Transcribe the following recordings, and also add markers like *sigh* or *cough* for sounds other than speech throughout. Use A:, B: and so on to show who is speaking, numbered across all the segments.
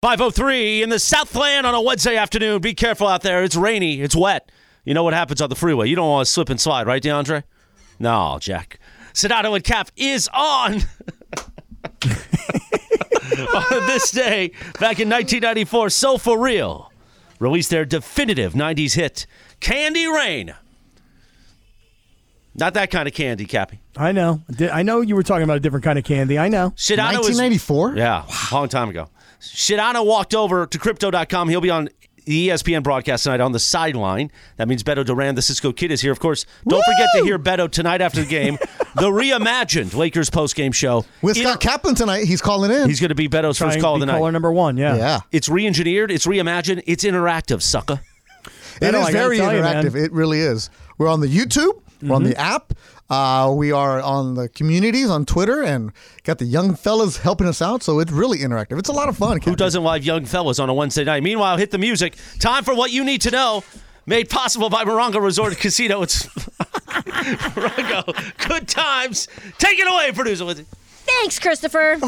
A: 503 in the Southland on a Wednesday afternoon. Be careful out there. It's rainy, it's wet. You know what happens on the freeway. You don't want to slip and slide, right, DeAndre? No, Jack. Sedano and Cap is on. *laughs* on this day, back in 1994, So For Real released their definitive 90s hit, Candy Rain. Not that kind of candy, Cappy.
B: I know. Di- I know you were talking about a different kind of candy. I know.
A: Sedano is
C: 1994?
A: Yeah, long time ago. Shidano walked over to Crypto.com. He'll be on E the ESPN broadcast tonight on the sideline. That means Beto Duran, the Cisco Kid, is here. Of course, don't forget to hear Beto tonight after the
B: *laughs*
A: game. the reimagined Lakers postgame show.
C: With
A: In-
C: Scott Kaplan tonight, he's calling in.
A: he's going to be Beto's
B: Trying
A: first call of the
B: to be
A: night.
B: caller number one. Yeah.
C: yeah,
A: it's re-engineered. It's reimagined. It's interactive, sucker.
C: it
B: know,
C: is
B: I gotta
C: very
B: tell you, man. Mm-hmm.
C: interactive. it really is. We're on the YouTube. We're on the app. Uh, we are on the communities on Twitter, and got the young fellas helping us out. So it's really interactive. It's a lot of fun.
A: Who doesn't love young fellas on a Wednesday night? Meanwhile, hit the music. Time for what you need to know. Made possible by Morongo Resort and Casino. It's *laughs* Morongo. Good times. Take it away, producer. Lindsay.
D: Thanks, Christopher.
B: *laughs*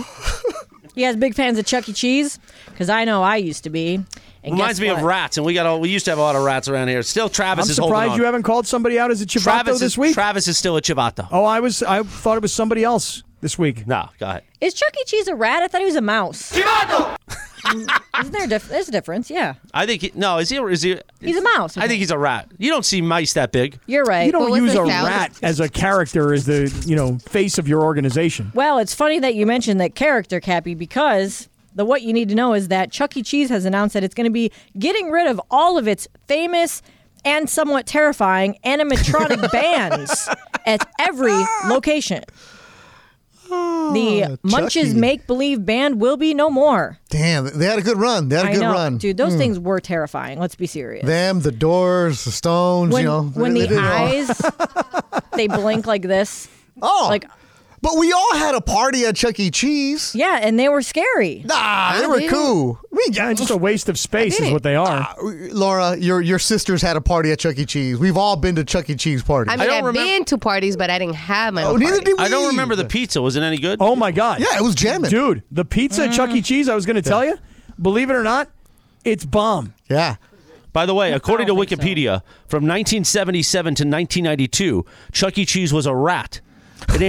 D: you guys big fans of Chuck E. Cheese? Because I know I used to be. And
A: Reminds
D: guess
A: me of
D: what?
A: rats, and we got all, we used to have a lot of rats around here. Still, Travis
B: I'm
A: is holding
B: surprised
A: on.
B: you haven't called somebody out as a chivato
A: Travis
B: this
A: is,
B: week.
A: Travis is still a chivato.
B: oh, I was. I thought it was somebody else this week.
A: No, go ahead.
D: Is Chuck E. Cheese a rat? I thought he was a mouse. *laughs* Isn't there a dif- there's a difference? Yeah,
A: I think he, no. Is he? Is he?
D: he's a mouse.
A: I think he's a rat. You don't see mice that big.
D: you're right.
B: You don't
E: What was
B: use
E: the
B: a
E: sound?
B: rat as a character as the you know face of your organization.
D: Well, it's funny that you mentioned that character, Cappy, because the what you need to know is that Chuck E. Cheese has announced that it's going to be getting rid of all of its famous and somewhat terrifying
C: *laughs*
D: animatronic bands at every location.
C: Oh, E.
D: The Munch's
C: Chucky.
D: make believe band will be no more.
C: Damn, they had a good run. They had a
D: I
C: good
D: know,
C: run. Hmm.
D: dude. Those things were terrifying. Let's be serious.
C: Them, the Doors, the Stones.
D: when
C: you know,
D: when
C: they- they
D: the
C: did it all. *laughs*
D: eyes they blink like this,
C: Oh,
D: like
C: but we all had a party at Chuck E. Cheese.
D: yeah, and they
C: *laughs*
D: were scary.
C: Nah, they were
E: didn't.
C: cool. We
B: Yeah, just a waste of space is what they are.
A: Uh,
C: Laura, your your sisters had a party at Chuck E. Cheese. We've all been to Chuck E. Cheese parties.
E: I mean, I
A: don't
E: have
A: remember-
E: been to parties, but I didn't have my
C: oh,
E: own
C: neither
E: party.
C: did we.
A: I don't remember the pizza. Was it any good?
B: Oh my god.
C: Yeah, it was jamming.
B: Dude, the pizza at Chuck E. Cheese, I was going to tell you, believe it or not, it's bomb.
C: Yeah.
A: By the way, according to
D: don't think so.
A: Wikipedia, from 1977 to 1992, Chuck E. Cheese was a rat, an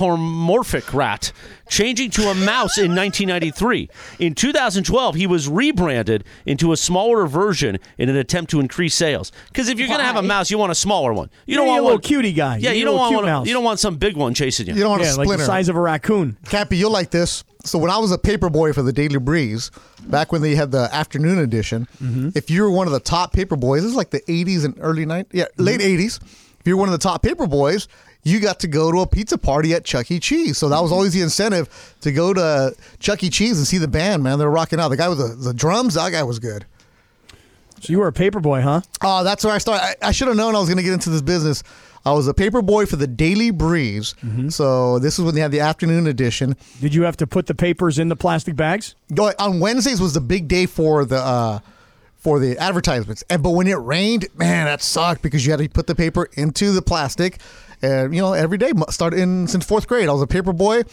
A: anthropomorphic rat, changing to a mouse in 1993. In 2012, he was rebranded into a smaller version in an attempt to increase sales. Because if you're going to have a
D: Why?
A: mouse, you want a smaller one. You
B: You
A: don't
B: need a
A: want
B: little
A: one
B: cutie guy.
A: Yeah,
B: You
A: you,
B: need a
A: don't
B: little
A: want
B: cute
A: one.
B: mouse.
A: You don't want some big one chasing you.
C: You don't want
B: yeah,
C: a
B: like
C: splinter.
B: the size of a raccoon.
C: Cappy, you'll like this. So when I was a paper boy for the Daily Breeze, back when they had the afternoon edition,
B: Mm-hmm.
C: if you were one of the top paper boys, this is like the 80s and early 90s, yeah,
B: Mm-hmm.
C: late 80s. If you were one of the top paper boys, you got to go to a pizza party at Chuck E. Cheese. So that
B: Mm-hmm.
C: was always the incentive to go to Chuck E. Cheese and see the band, man. They're rocking out. The guy with the, the drums, that guy was good.
B: So you were a paper boy, huh?
C: Oh, that's where I started. I, I should have known I was going to get into this business. I was a paper boy for the Daily Breeze. So this is when they had the afternoon edition.
B: Did you have to put the papers in the plastic bags?
C: No, on Wednesdays was the big day for the uh, for the advertisements. And but when it rained, man, that sucked because you had to put the paper into the plastic. And you know, every day started in since fourth grade, I was a paper boy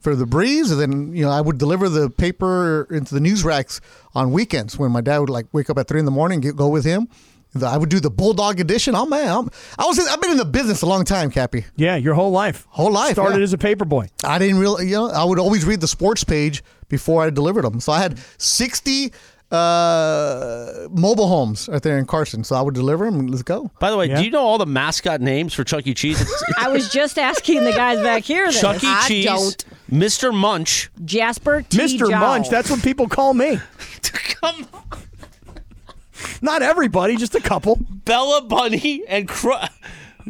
C: for the breeze, and then you know I would deliver the paper into the news racks on weekends when my dad would like wake up at three in the morning, get, go with him. The- I would do the bulldog edition. Oh man, I'm, I was in, I've been in the business a long time, Cappy.
B: Yeah, your whole life.
C: Whole life,
B: Started
C: yeah.
B: as a paper boy.
C: I didn't really, you know, I would always read the sports page before I delivered them. So I had 60 uh, mobile homes right there in Carson. So I would deliver them and let's go.
A: By the way,
B: Yeah.
A: do you know all the mascot names for Chuck E. Cheese? It's,
D: *laughs* I was just asking the guys back here. This.
A: Chuck E.
E: I
A: Cheese,
E: don't.
A: Mr. Munch.
D: Jasper T.
B: Mr.
D: Jow.
B: Munch, that's what people call
C: *laughs*
B: me.
A: Come on.
B: Not everybody, just a couple.
A: Bella Bunny and Cru-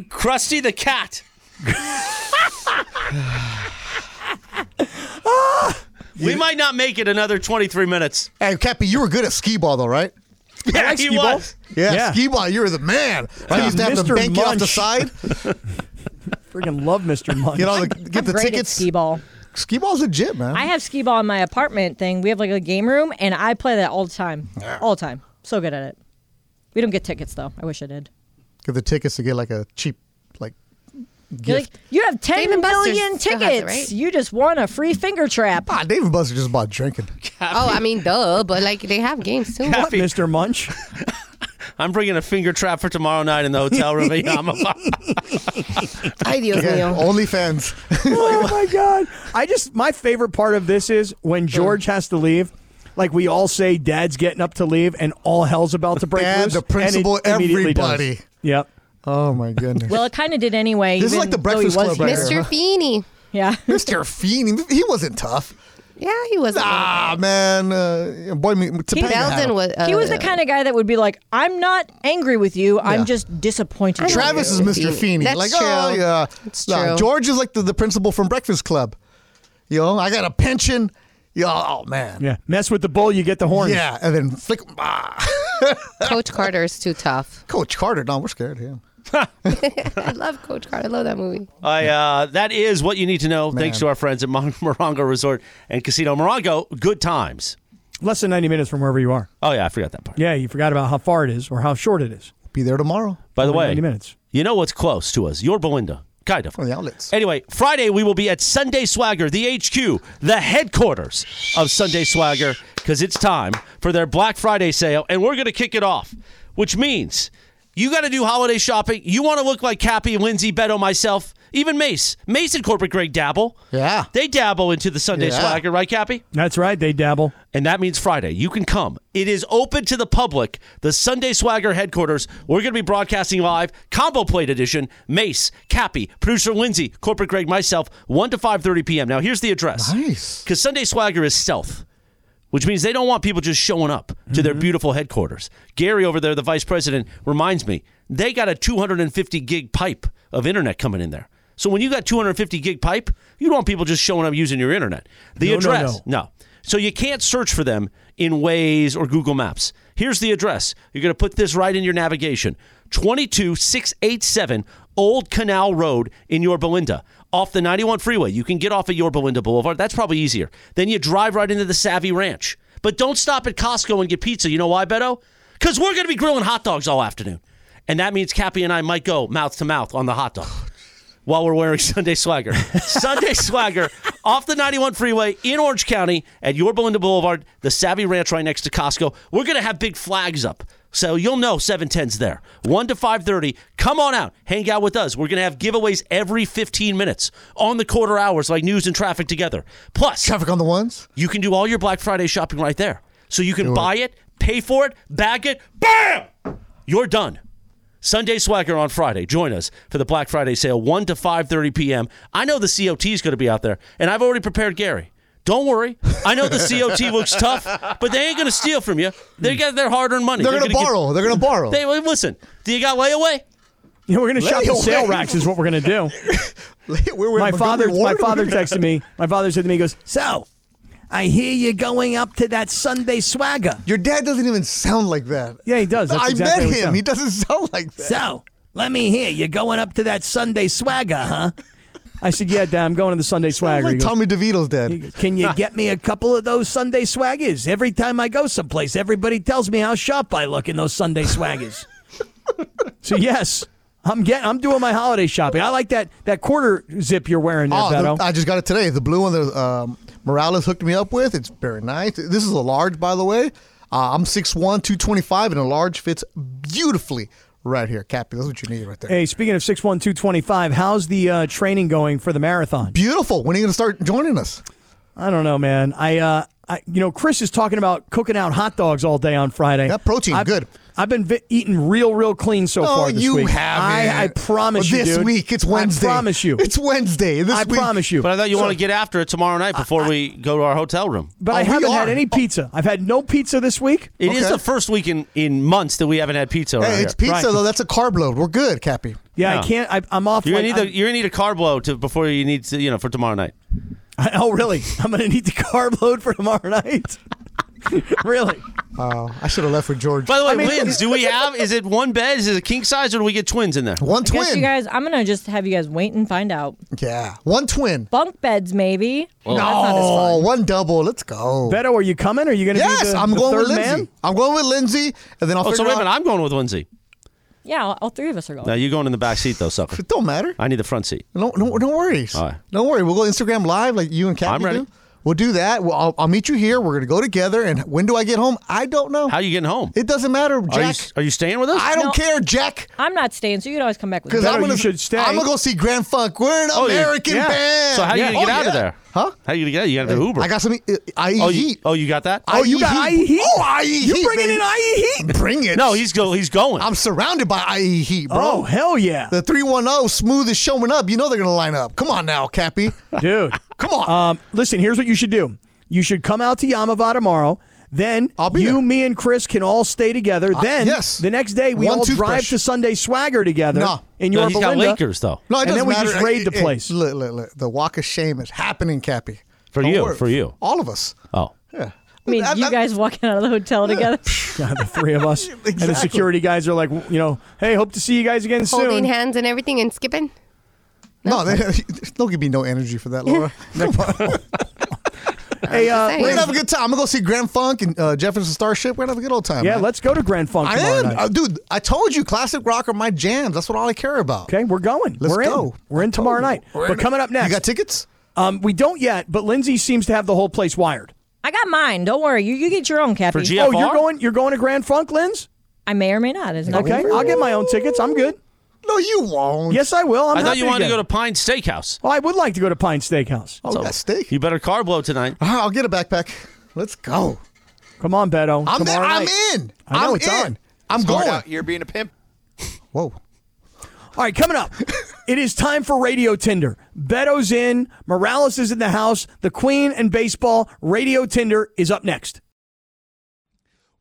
A: Krusty the Cat. we might not make it another 23 minutes.
C: Hey, Cappy, you were good at skee ball though, right?
A: Yeah,
B: like
A: he
B: skee ball.
A: was.
C: Yeah,
B: Yeah.
C: skee ball. You were the man. I
B: Yeah.
C: used to have to
B: Mr.
C: bank you off the
B: Munch.
C: side.
B: Freaking love
C: *laughs*
B: Mr. Munch.
C: Get all the get
D: *laughs* I'm
C: the
D: great
C: tickets.
D: at skee ball.
C: Skee ball's a gym, man.
D: I have skee ball in my apartment thing. We have like a game room, and I play that all the time. All the time. So good at it. We don't get tickets though. I wish I did.
C: get the tickets to get like a cheap like
D: You're
C: gift.
D: like, you have ten
E: Dave and
D: million
E: Buster's still
D: tickets.
E: has it, right?
D: You just won a free
C: *laughs*
D: finger trap.
C: ah, David Buster just bought drinking.
E: Oh, I mean, duh, but like they have games too.
B: What, Mr.
C: *laughs*
B: Munch?
A: I'm bringing a finger trap for tomorrow night in the hotel room *laughs* at Yamaha.
E: Ay, Dios
C: Yeah,
E: mío.
C: OnlyFans. *laughs*
B: oh my god! I just my favorite part of this is when George has to leave. Like we all say, Dad's getting up to leave, and all hell's about to break
C: Dad,
B: loose.
C: the
B: and it
C: principal,
B: immediately does.
C: everybody.
B: Yep.
C: oh my goodness.
D: Well, it kind of did anyway.
C: This is
D: even
C: like the
D: though
C: Breakfast
D: he was
C: Club right
D: here.
C: here.
E: Mr. Feeney.
C: *laughs*
D: Yeah.
C: Mr. Feeney, he wasn't tough.
E: Yeah, he was.
C: Ah man, uh, boy, me- Topanga had
E: Belden
C: him.
E: was. Uh,
D: he was the kind of guy that would be like, "I'm not angry with you.
C: Yeah.
D: I'm just disappointed." in
C: Travis
D: you."
C: is Mr.
E: Feeney.
C: Feeney.
E: That's
C: like,
E: true.
C: oh yeah,
E: That's
C: Nah,
E: true.
C: George is like the, the principal from Breakfast Club. You know, I got a pension. Yo, oh man.
B: Yeah. Mess with the bull, you get the horn.
C: Yeah, and then flick. Ah. *laughs*
E: Coach Carter is too tough.
C: Coach Carter, no, we're scared of him.
E: I love Coach Carter. I love that movie.
A: I, uh, that is what you need to know. Thanks to our friends at Mon- Morongo Resort and Casino. Morongo, good times.
B: Less than ninety minutes from wherever you are.
A: Oh, yeah, I forgot that part.
B: Yeah, you forgot about how far it is or how short it is.
C: Be there tomorrow.
A: By the
B: Only
A: way,
B: 90 minutes.
A: you know what's close to us? Your Belinda. Kind of.
C: Oh, the outlets.
A: Anyway, Friday we will be at Sunday Swagger, the HQ, the headquarters of Sunday Swagger, because it's time for their Black Friday sale, and we're going to kick it off, which means you got to do holiday shopping. You want to look like Cappy, Lindsay, Beto, myself, even Mace. Mace and Corporate Greg dabble.
C: Yeah.
A: They dabble into the Sunday
C: Yeah.
A: Swagger, right, Cappy?
B: That's right. They dabble.
A: and that means Friday. You can come. It is open to the public. The Sunday Swagger headquarters. We're going to be broadcasting live, combo plate edition. Mace, Cappy, producer Lindsay, corporate Greg, myself, one to five thirty p.m. Now here's the address.
C: Nice.
A: Because Sunday Swagger is stealth. Which means they don't want people just showing up to
B: Mm-hmm.
A: their beautiful headquarters. Gary over there, the vice president, reminds me they got a 250 gig pipe of internet coming in there. So when you got 250 gig pipe, you don't want people just showing up using your internet. The
B: No, no,
A: address,
B: no.
A: no. So you can't search for them in Waze or Google Maps. Here's the address. You're going to put this right in your navigation 22687 Old Canal Road in Yorba Belinda, off the 91 freeway. You can get off at Yorba Belinda Boulevard. That's probably easier. Then you drive right into the Savvy Ranch. But don't stop at Costco and get pizza. You know why, Beto? Because we're going to be grilling hot dogs all afternoon. And that means Cappy and I might go mouth to mouth on the hot dog while we're wearing *laughs* Sunday Swagger. Sunday Swagger off the 91 freeway in Orange County at Yorba Linda Boulevard, the Savvy Ranch right next to Costco. We're going to have big flags up. So you'll know 710's there. 1 to 5:30. Come on out. Hang out with us. We're going to have giveaways every 15 minutes on the quarter hours like news and traffic together. Plus,
C: Traffic on the ones.
A: you can do all your Black Friday shopping right there. So you can buy it, pay for it, bag it, bam! You're done. Sunday Swagger on Friday. Join us for the Black Friday sale, 1 to 5.30 p.m. I know the COT is going to be out there, and I've already prepared Gary. Don't worry. I know the
C: *laughs*
A: COT looks tough, but they ain't going to steal from you. They got their hard-earned money.
C: Hmm. They're, gonna,
A: gonna
C: borrow. They're gonna borrow. *laughs*
A: Get, they, listen, do you got layaway?
B: Yeah, we're gonna shop the
C: Layaway.
B: sale racks. Is what we're gonna
C: *laughs*
B: do.
C: We're in
B: my
C: Montgomery
B: father my
C: Ward.
B: father texted me. My father said to me, he goes, So I hear you going up to that Sunday swagger.
C: Your dad doesn't even sound like that.
B: Yeah, he does. That's
C: I
B: exactly
C: met
B: what he
C: him.
B: sounds.
C: He doesn't *laughs* sound like that.
B: So let me hear you going up to that Sunday swagger, huh? I said, Yeah, Dad, I'm going to the Sunday
C: Sounds
B: swagger. He
C: like
B: goes,
C: Tommy DeVito's dad.
B: Can you get me a couple of those Sunday swaggers? Every time I go someplace, everybody tells me how sharp I look in those Sunday
C: *laughs*
B: swaggers. so yes, I'm getting I'm doing my holiday shopping. I like that that quarter zip you're wearing there,
C: Oh,
B: Beto.
C: the- I just got it today. The blue one that um, Morales hooked me up with. It's very nice. This is a large, by the way. Uh, I'm 6'1", 225, and a large fits beautifully right here, Cappy. That's what you need right there.
B: Hey, speaking of 61225, how's the uh, training going for the marathon?
C: Beautiful. When are you gonna start joining us?
B: I don't know, man. I, uh, I you know, Chris is talking about cooking out hot dogs all day on Friday.
C: That protein,
B: I've-
C: good.
B: I've been vi- eating real, real clean so
C: oh,
B: far this
C: you
B: week.
C: haven't.
B: I, I promise
C: Well,
B: you,
C: This
B: dude.
C: week it's Wednesday.
B: I promise you.
C: It's Wednesday. This
B: I
C: week-
B: promise you.
A: But I thought you want to get after it tomorrow night before we go to our hotel room.
B: But
C: Oh,
B: I
C: we
B: haven't had
C: are.
B: any pizza. I've had no pizza this week.
A: It is
C: Okay.
A: the first week in, in months that we haven't had pizza around
C: Hey,
A: here.
C: it's pizza
B: Right.
C: though. That's a carb load. We're good, Cappy.
B: Yeah,
A: Yeah.
B: I can't. I, I'm off.
A: You're
B: like,
A: gonna need
B: I'm-
A: the, you're gonna need a carb load to before you need to you know for tomorrow night.
B: I, oh, really? I'm *laughs* going to *laughs* need the carb load for tomorrow night. *laughs* really?
C: Uh, I should have left with George.
A: By the way, wins. Do
C: *laughs*
A: we have? Is it one bed? Is it a king size, or do we get twins in there?
C: one
D: I guess
C: twin.
D: you guys, I'm gonna just have you guys wait and find out.
C: yeah, one twin.
D: Bunk beds, maybe. No, that's not as
C: Oh,
D: fun.
C: one double. Let's go.
B: Beto, are you coming? Are you going to
C: yes,
B: be the,
C: I'm
B: the
C: going
B: third
C: with Lindsay.
B: man?
C: I'm going with Lindsay, and then I'll
A: Oh, so
C: figure
A: wait a minute.
C: out.
A: I'm going with Lindsay.
D: Yeah, all, all three of us are going.
A: Now you're going in the back seat though, sucker.
C: *laughs* It don't matter.
A: I need the front seat.
C: No, no, no worries.
A: All right.
C: Don't worry. We'll go Instagram live like you and Kathy
A: I'm ready.
C: do. We'll do that. We'll, I'll, I'll meet you here. We're gonna go together. And when do I get home? I don't know.
A: How are you getting home?
C: it doesn't matter,
A: are you
C: Jack.
A: are you staying with us?
C: I don't
D: No.
C: care, Jack.
D: I'm not staying, so you can always come back with
C: Because
D: me.
B: Better
C: I'm gonna
B: you should stay.
C: I'm gonna go see Grand Funk. We're an
A: you-
C: American
B: yeah.
C: band.
A: Oh, so how are you
C: Yeah.
A: gonna get
C: Oh,
A: out of
C: yeah.
A: there?
C: Huh?
A: How are you gonna get? out? You got to do Uber.
C: I got some. uh, I eat
A: oh, you,
C: heat.
A: oh, you got E that?
C: I
B: you
C: eat
B: got
C: heat.
B: IE heat?
C: Oh, I eat
B: You
C: heat.
B: bringing
C: baby.
B: in IE heat?
C: Bring it.
A: no, he's go. He's going.
C: I'm surrounded by IE heat, bro.
B: Oh, hell yeah.
C: The 310 smooth is showing up. You know they're going to line up. Come on now, Cappy.
B: *laughs* Dude.
C: Come
B: *laughs* Um,
C: on.
B: listen, here's what you should do. You should come out to Yamava tomorrow. Then
C: I'll be
B: you,
C: there.
B: me, and Chris can all stay together. then
C: yes.
B: the next day we
C: One
B: all drive
C: toothbrush.
B: to Sunday Swagger together
C: No.
B: in
A: no,
B: your
A: he's got
B: Belinda.
A: Lakers though.
C: no, it
B: and then
C: doesn't
B: we
C: matter.
B: just raid the
C: Hey, hey,
B: place.
C: look, look, look. The walk of shame is happening, Cappy.
A: For
C: Don't
A: you,
C: worry.
A: for you.
C: All of us.
A: Oh,
C: Yeah.
D: I mean,
C: I-
D: you
C: I-
D: guys walking out of the hotel together.
B: God, *laughs* the three of us and the
C: Exactly.
B: security guys are like, you know, hey, hope to see you guys again
E: Holding
B: soon.
E: hands and everything and skipping.
C: No, they, *laughs* don't give me no energy for that,
D: *laughs*
C: Laura. Come on.
B: hey, uh,
C: We're going
E: Just saying.
C: to have a good time. I'm going to go see Grand Funk and uh, Jefferson Starship. We're going to have a good old time.
B: yeah,
C: man.
B: let's go to Grand Funk
C: I
B: tomorrow
C: am.
B: night.
C: Uh, Dude, I told you, classic rock are my jams. That's what all I care about.
B: Okay, we're going.
C: Let's
B: we're in.
C: go. Oh,
B: We're in tomorrow night. We're, coming up next.
C: You got tickets?
B: um, we don't yet, but Lindsay seems to have the whole place wired.
D: I got mine. Don't worry. You you get your own, Cappy.
A: for GFR.
B: Oh, you're going. You're going to Grand Funk, Linz?
D: I may or may not. It's not
B: Okay, I'll get my own tickets. I'm good.
C: No, you won't.
B: Yes, I will. I'm
A: I thought
B: happy
A: you wanted to
B: go
A: go to Pine
C: *laughs*
A: Steakhouse.
B: Well, I would like to go to Pine Steakhouse.
C: Oh, that steak.
A: You better carb load tonight.
C: All right, I'll get a backpack. Let's go.
B: Come on, Beto.
C: I'm there.
B: Tomorrow
C: I'm
B: night.
C: in.
B: I know,
C: I'm
B: it's
C: in.
B: on.
C: I'm
F: Hard
C: going.
F: out here being a pimp.
C: Whoa.
B: All right, coming up, it is time for Radio Tinder. Beto's in, Morales is in the house, the Queen and baseball. Radio Tinder is up next.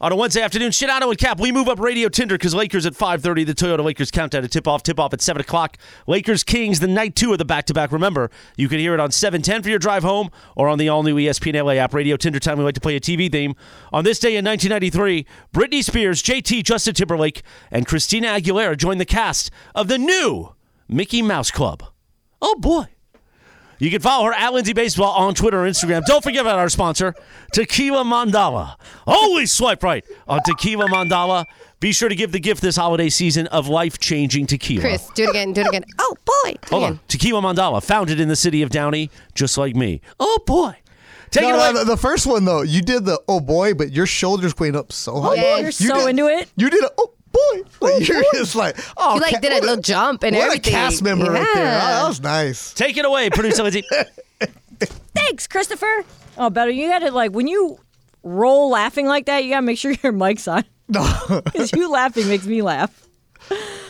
A: on a Wednesday afternoon. Shit out with Cap. We move up Radio Tinder because Lakers at 5.30. The Toyota Lakers countdown to tip-off. Tip-off at 7 o'clock. Lakers Kings, the night two of the back-to-back. Remember, you can hear it on 710 for your drive home or on the all-new E ESPN LA app. Radio Tinder time. We like to play a TV theme. On this day in 1993, Britney Spears, JT, Justin Timberlake, and Christina Aguilera joined the cast of the new Mickey Mouse Club. Oh, boy. You can follow her at Lindsay Baseball on Twitter and Instagram. Don't forget about our sponsor, Tequila Mandala. Always swipe right on Tequila Mandala. Be sure to give the gift this holiday season of life changing tequila.
E: Chris, do it again. Do it again. Oh boy. Do it
A: Hold
E: again.
A: on. Tequila Mandala, founded in the city of Downey, just like me. Oh, boy. Take
C: No,
A: it
C: no,
A: away.
C: the, the first one though, you did the oh boy, but your shoulders went up so high.
E: Oh, boy.
C: You
E: You're
D: so
C: did-
D: into it.
C: You did a oh boy. Like, you're just like oh.
E: You, like,
C: Ca-
E: did a
C: what
E: little jump and
C: what
E: everything.
C: a cast member right there.
E: Yeah.
C: Oh, that was nice.
A: Take it away, producer
C: *laughs*
A: Lindsay.
D: Thanks, Christopher. Oh, better you got to like when you roll laughing like that, you got to make sure *laughs* your mic's on
C: No,
D: because you laughing makes me laugh.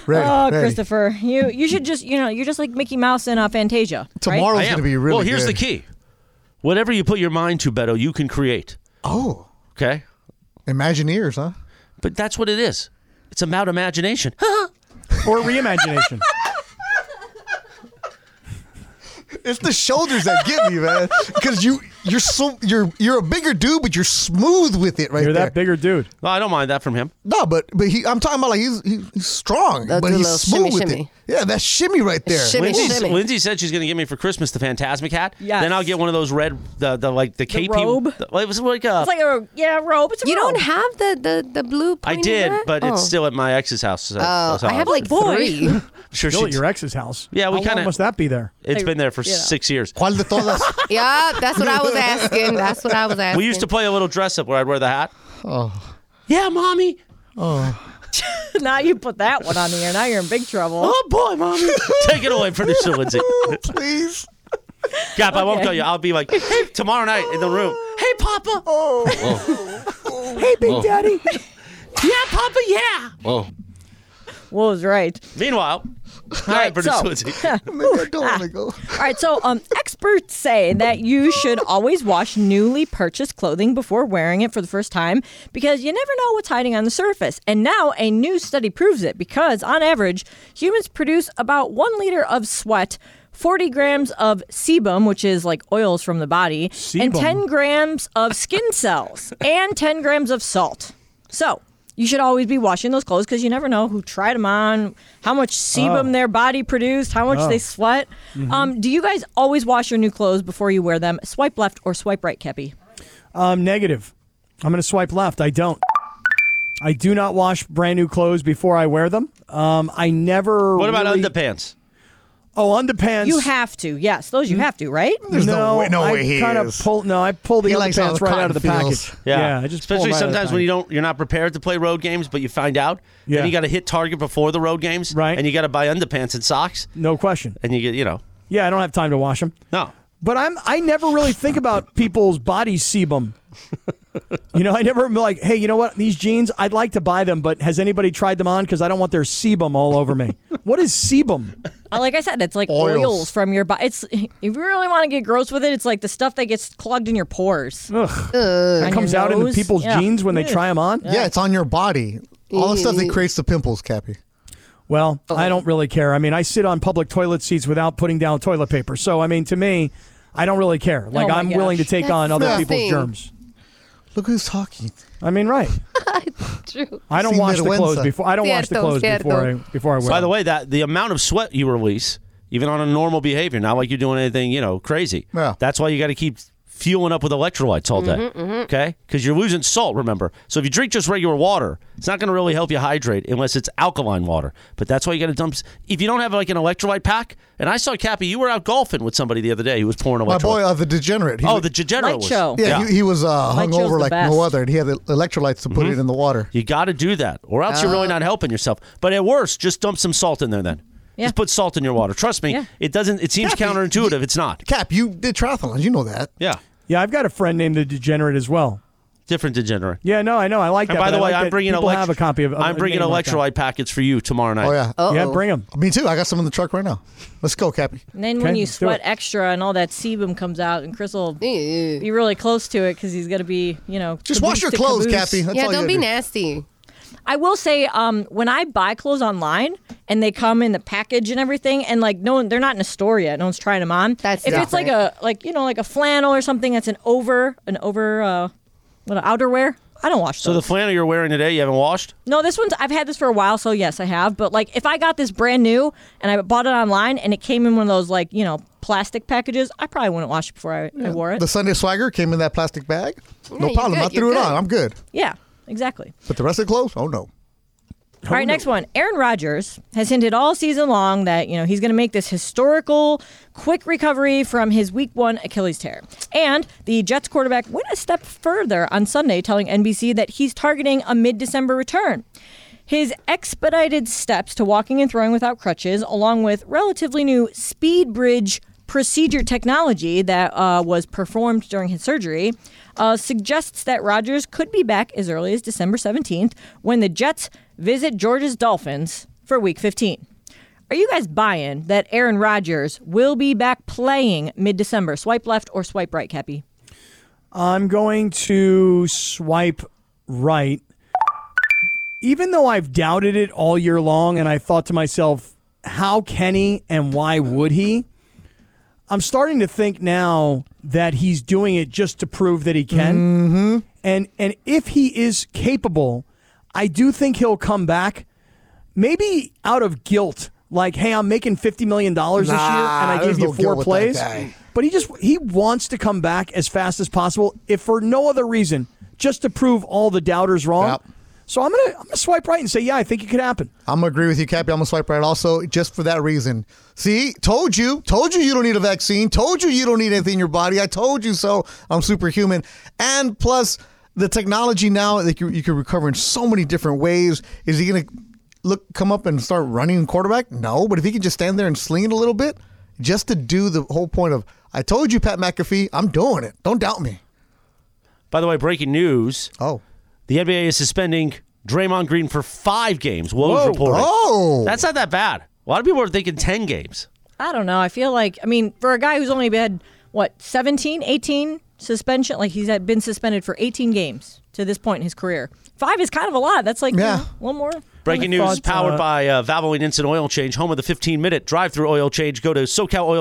C: ready,
D: Oh,
C: ready.
D: Christopher, you you should just you know you're just like Mickey Mouse in uh, Fantasia. right?
C: Tomorrow's
A: I am.
C: gonna be really.
A: well, here's
C: good.
A: the key whatever you put your mind to, Beto, you can create.
C: Oh,
A: Okay?
C: Imagineers, huh?
A: But that's what it is. It's about imagination.
B: Or reimagination.
C: It's the shoulders that get me, man. Because you you're so you're you're a bigger dude, but you're smooth with it
B: *laughs*
C: right
B: You're
C: there.
B: that bigger dude.
A: Well, I don't mind that from him.
C: No, but but he, I'm talking about like he's he- he's strong,
E: That's
C: but
E: a
C: he's
E: little
C: smooth
E: shimmy,
C: with
E: shimmy.
C: it. Yeah, that shimmy right there.
E: Shimmy,
A: Lindsay,
E: shimmy.
A: Lindsay said she's going to give me for Christmas the Fantasmic hat.
D: Yes.
A: Then I'll get one of those red, the, the like the KP
D: robe?
A: the- well, it was like a.
D: It's like a yeah robe. It's a
E: You
D: robe.
E: don't have the the the blue.
A: I
E: pointy
A: did,
E: hat?
A: but
E: Oh.
A: it's still at my ex's house. So
E: Oh,
A: that's how
E: I have
A: was-
E: like
D: boy.
E: three.
A: sure
B: Still
A: she.
B: at your ex's house.
A: Yeah, we
B: How long
A: kinda-
B: must that be there?
A: It's been there for
D: Yeah.
A: six years.
C: ¿Cuál de *laughs* todas?
E: yeah, that's what I was asking. That's what I was asking.
A: We used to play a little dress up where I'd wear the hat. Yeah, mommy.
D: *laughs* now you put that one on here. Now you're in big trouble.
A: Oh boy, mommy. Take it away, producer Lindsay.
C: Please.
A: Cap, I won't tell you. I'll be like hey, tomorrow night in the room. Hey,
B: *laughs*
A: Papa.
B: Oh. Hey, Big
D: *laughs*
B: Daddy.
A: Yeah, Papa. Yeah.
D: Wolves, right?
A: Meanwhile, all right, producer
D: so-
A: Lindsay.
C: Maybe I don't want to
E: *laughs*
C: go.
D: All right, so um, experts say that you should always wash newly purchased clothing before wearing it for the first time because you never know what's hiding on the surface. And now a new study proves it because, on average, humans produce about one liter of sweat, 40 grams of sebum, which is like oils from the body, and
B: Sebum.
D: 10 grams of skin cells, and 10 grams of salt. So, you should always be washing those clothes because you never know who tried them on, how
B: Oh.
D: much sebum their body produced, how much they sweat.
B: Mm-hmm.
D: Um, do you guys always wash your new clothes before you wear them? Swipe left or swipe right, Kepi?
B: Um, negative. I'm going to swipe left. I don't. I do not wash brand new clothes before I wear them. Um, I never.
A: What about
B: *laughs* really-
A: underpants?
B: Oh, underpants.
D: You have to, yes, those
B: Mm-hmm.
D: you have
B: *laughs*
D: to, right?
C: There's no, way. No
B: I
C: way he
B: kinda
C: is.
B: Pull, no, I pull the
C: He likes how
B: underpants
C: the
B: right
C: cotton
B: out of the
C: feels.
B: package. I just
A: especially
B: pull 'em right out of the
A: sometimes when
B: package.
A: you don't, you're not prepared to play road games, but you find out.
B: Yeah.
A: Then you got to hit Target before the road games,
B: Right.
A: And you got to buy underpants and socks,
B: No question.
A: and you get, you know,
B: Yeah, I don't have time to wash them.
A: no.
B: But I'm I never really think about people's body sebum. You know, I never am like, hey, you know what? These jeans, I'd like to buy them, but has anybody tried them on? Because I don't want their sebum all over me. what is sebum?
D: Uh, Like I said, it's like oils,
C: Oils.
D: from your body. It's if you really want to get gross with it, it's like the stuff that gets clogged in your pores.
B: That comes out into
D: nose?
B: people's
D: Yeah.
B: jeans when they try them on.
C: Yeah, it's on your body. All the stuff that creates the pimples, Cappy.
B: Well, I don't really care. I mean, I sit on public toilet seats without putting down toilet paper. So, I mean, to me, I don't really care. Like,
D: my
B: I'm willing to
D: gosh.
B: take on other people's
E: disgusting.
B: germs.
C: Look who's talking.
B: I mean, right?
E: True.
B: I don't
C: Sin
B: wash the clothes
C: vergüenza.
B: before. I don't wash the
E: Cierto,
B: clothes before I
E: cierto.
B: before I wear.
A: By the
B: them.
A: way, that the amount of sweat you release, even on a normal behavior, not like you're doing anything, you know, crazy.
C: Yeah.
A: That's why you got to keep fueling up with electrolytes all day, okay? Because you're losing salt. Remember, so if you drink just regular water, it's not going to really help you hydrate unless it's alkaline water. But that's why you got to dump. s- If you don't have like an electrolyte pack, and I saw Cappy, you were out golfing with somebody the other day who was pouring
C: My
A: electrolyte.
C: boy, uh, the degenerate. He
A: Oh,
C: was-
A: the degenerate
D: Light
A: was-
D: show.
C: *laughs* yeah, He, he was uh,
D: Light
C: hung
D: show's
C: over
D: the
C: like
D: best.
C: no other, and he had the electrolytes to put
A: Mm-hmm.
C: it in the water.
A: You got to do that, or else you're
D: Oh.
A: really not helping yourself. But at worst, just dump some salt in there then.
D: Yeah.
A: Just put salt in your water. Trust me,
D: Yeah.
A: it doesn't. It seems
C: Cappy,
A: counterintuitive. It's not.
C: Cap, you did triathlons. You know that.
A: Yeah,
B: yeah, I've got a friend named the Degenerate as well.
A: different degenerate.
B: Yeah, no, I know. I like that.
A: And by
B: but
A: the
B: I
A: way,
B: like
A: I'm
B: that
A: bringing
B: people
A: elect-
B: have a copy of.
A: I'm bringing electrolyte packets for you tomorrow night.
C: Oh yeah.
E: Uh-oh.
B: Yeah, bring them.
C: Me too. I got some in the truck right now. Let's go, Cappy.
D: And then
B: Okay,
D: when you
B: let's do
D: sweat
B: it.
D: extra and all that sebum comes out, and Chris will
E: Ew.
D: be really close to it because he's gonna be, you know,
C: Just wash
D: caboose
C: your
D: to
C: clothes,
D: caboose.
C: Cappy. That's
E: yeah,
C: all
E: don't
C: you
E: be
C: gotta do.
E: nasty.
D: I will say, um, when I buy clothes online and they come in the package and everything, and like no one, they're not in a store yet. No one's trying them on.
E: That's
D: if it's like a
E: different.
D: like you know like a flannel or something that's an over an over uh, what outerwear. I don't wash
A: So the
D: those.
A: flannel you're wearing today, you haven't washed.
D: no, this one's I've had this for a while, so yes, I have. But like if I got this brand new and I bought it online and it came in one of those like you know plastic packages, I probably wouldn't wash it before I, I wore it.
C: The Sunday swagger came in that plastic bag. No
E: you're
C: problem.
E: good,
C: I threw
E: you're
C: it on.
E: good.
C: I'm good.
D: yeah, exactly.
C: But the rest of the clothes? Oh no.
D: All right, next one. Aaron Rodgers has hinted all season long that, you know, he's going to make this historical quick recovery from his week 1 Achilles tear. And the Jets quarterback went a step further on Sunday telling NBC that he's targeting a mid-December return. His expedited steps to walking and throwing without crutches along with relatively new speed bridge procedure technology that uh, was performed during his surgery uh, suggests that Rodgers could be back as early as December 17th when the Jets visit Georgia's Dolphins for Week 15. Are you guys buying that Aaron Rodgers will be back playing mid December? Swipe left or swipe right, Cappy?
B: I'm going to swipe right. Even though I've doubted it all year long, and I thought to myself, "How can he, and why would he?" I'm starting to think now that he's doing it just to prove that he can.
C: Mm-hmm.
B: And and if he is capable, I do think he'll come back. Maybe out of guilt, like, hey, I'm making fifty million dollars this year, and I
C: Nah, there's
B: gave you
C: no guilt
B: four
C: with that
B: plays.
C: guy.
B: But he just he wants to come back as fast as possible, if for no other reason, just to prove all the doubters wrong.
C: Yep.
B: So I'm gonna I'm gonna swipe right and say, yeah, I think it could happen.
C: I'm gonna agree with you, Cappy. I'm gonna swipe right also just for that reason. See, told you, told you you don't need a vaccine, told you you don't need anything in your body. I told you so. I'm superhuman, and plus the technology now that you, you can recover in so many different ways. Is he gonna look come up and start running quarterback? No, but if he can just stand there and sling it a little bit, just to do the whole point of I told you, Pat McAfee, I'm doing it. Don't doubt me.
A: By the way, breaking news:
C: Oh,
A: the NBA is suspending Draymond Green for five games. Woes
B: Whoa.
A: reporting.
C: Oh.
A: that's not that bad. A lot of people are thinking ten games.
D: I don't know. I feel like, I mean, for a guy who's only been, what, 17, 18 suspension, like he's had been suspended for 18 games to this point in his career. Five is kind of a lot. That's like
C: Yeah.
D: you know, one more.
A: Breaking
D: one
A: news
D: more-
A: is powered by uh, Valvoline Instant Oil Change, home of the 15 minute drive through oil change. Go to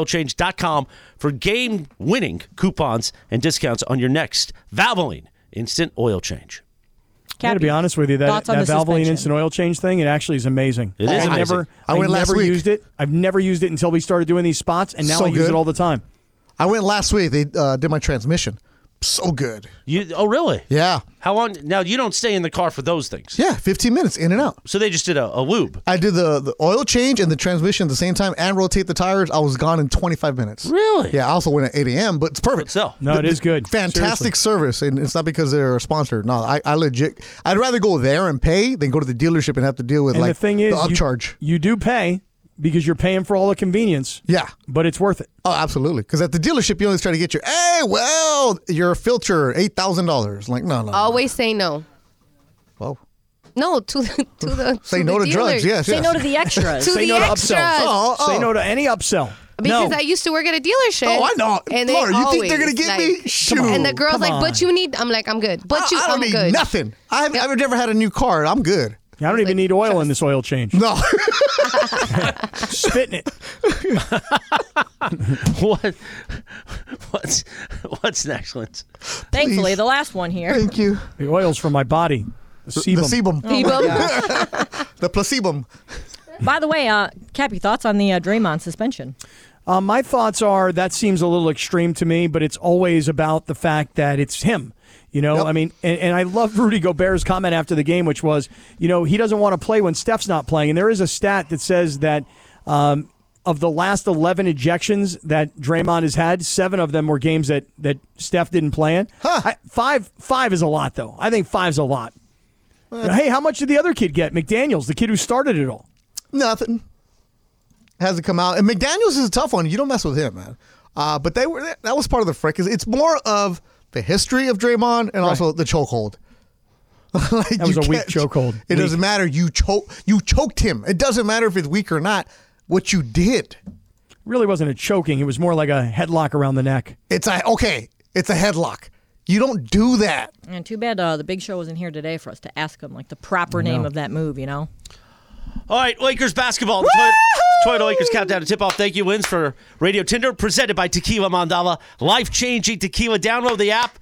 A: socaloilchange.com for game winning coupons and discounts on your next Valvoline Instant Oil Change.
B: I gotta
D: Cappy,
B: be honest with you, that,
D: thoughts on
B: that
D: the
B: Valvoline
D: suspension?
B: instant oil change thing, it actually is amazing.
A: It is
B: I
A: amazing.
B: never,
C: I
B: I
C: went last
B: never
C: week.
B: used it. I've never used it until we started doing these spots, and now
C: So
B: I use
C: good.
B: it all the time.
C: I went last week. They uh, did my transmission. So good.
A: You, oh, really?
C: Yeah.
A: How long? Now, you don't stay in the car for those things.
C: Yeah, 15 minutes in and out.
A: So they just did a, a lube.
C: I did the, the oil change and the transmission at the same time and rotate the tires. I was gone in 25 minutes.
A: Really?
C: Yeah, I also went at 8 a.m., but it's perfect.
A: So,
B: No, it is good.
C: Fantastic service, and it's not because they're a sponsor. No, I, I legit, I'd rather go there and pay than go to the dealership and have to deal with
B: And
C: like
B: the thing is, you-
C: upcharge.
B: You, do pay because you're paying for all the convenience.
C: Yeah.
B: but it's worth it.
C: Oh, absolutely. Because at the dealership, you always try to get your, hey, well, your filter, $8,000. Like, no, no. no.
E: Always say no.
C: Whoa.
E: No to the, to the
C: Say
E: to
C: no
E: the
C: to drugs.
E: dealer.
C: Yes.
D: Say
C: yes.
D: no to the *laughs*
E: To
D: extras.
B: Say
E: the
B: no to
E: extras.
B: upsells.
C: Oh, oh.
B: Say no to any upsell.
E: Because
B: no.
E: I used to work at a dealership.
C: Oh, I know.
E: And they
C: Laura, you think they're gonna
E: always,
C: get
E: like-
C: me? Shoot.
E: And the girl's
B: Come
E: like,
B: on.
E: "But you need." I'm like, "I'm good." But
C: I,
E: you,
C: I don't
E: am
C: need
E: good.
C: nothing. I've, I've never had a new car. I'm good.
B: I don't even need oil in this oil change.
C: *laughs* No.
B: Spitting it.
A: *laughs* what, what's, what's next, Lance?
D: Thankfully,
C: please.
D: the last one here.
C: Thank you.
B: The oil's for my body. The
C: The
B: sebum.
C: sebum.
E: Oh.
D: *laughs*
E: People,
C: The placebo.
D: By the way, uh, Cappy, thoughts on the uh, Draymond suspension?
B: Uh, my thoughts are that seems a little extreme to me, but it's always about the fact that it's him. You know, I mean, and, and I love *laughs* Rudy Gobert's comment after the game, which was, you know, he doesn't want to play when Steph's not playing. And there is a stat that says that um, of the last 11 ejections that Draymond has had, seven of them were games that, that Steph didn't play in. I, five, five is a lot, though. I think five's a lot. hey, how much did the other kid get? McDaniels, the kid who started it all.
C: Nothing. Hasn't come out. And McDaniels is a tough one. You don't mess with him, man. Uh, but they were that was part of the frick. It's- It's more of the history of Draymond and also the chokehold. *laughs* like that
B: was a weak chokehold.
C: It
B: Weak.
C: doesn't matter. You choke. You choked him. It doesn't matter if it's weak or not. What you did.
B: Really wasn't a choking, it was more like a headlock around the neck.
C: It's a okay. It's a headlock. You don't do that.
D: And too bad uh, the big show wasn't here today for us to ask him like the proper name of that move, you know?
A: All right, Lakers basketball. The Toyota, Toyota Lakers countdown to tip off. Thank you, wins for Radio Tinder, presented by Tequila Mandala. Life changing tequila. Download the app.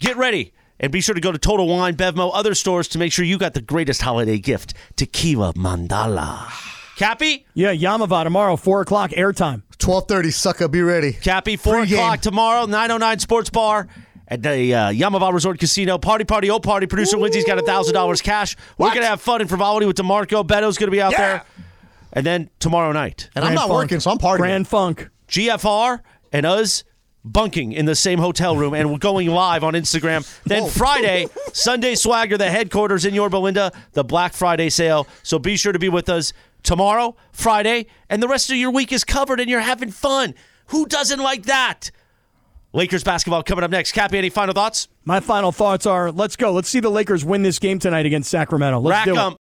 A: Get ready. And be sure to go to Total Wine, Bevmo, other stores to make sure you got the greatest holiday gift Tequila Mandala. Cappy,
B: Yeah, Yamava tomorrow, four o'clock airtime.
C: Twelve thirty, sucker. Be ready.
A: Cappy, 4
C: Free game.
A: o'clock tomorrow, 909 Sports Bar at the uh, Yamava Resort Casino. Party, party, oh, party. Producer Lindsay's got $1,000 cash. We're going to have fun and frivolity with DeMarco. Beto's going to be out there. And then tomorrow night.
C: And I'm not working, so I'm partying.
B: Grand Funk.
A: GFR and us bunking in the same hotel room and going live on Instagram. Then
C: Whoa.
A: Friday, Sunday Swagger, the headquarters in Yorba Linda, the Black Friday sale. So be sure to be with us tomorrow, Friday, and the rest of your week is covered and you're having fun. Who doesn't like that? Lakers basketball coming up next. Cappy, any final thoughts?
B: My final thoughts are let's go. Let's see the Lakers win this game tonight against Sacramento. Let's
A: Rack
B: do it.
A: 'em.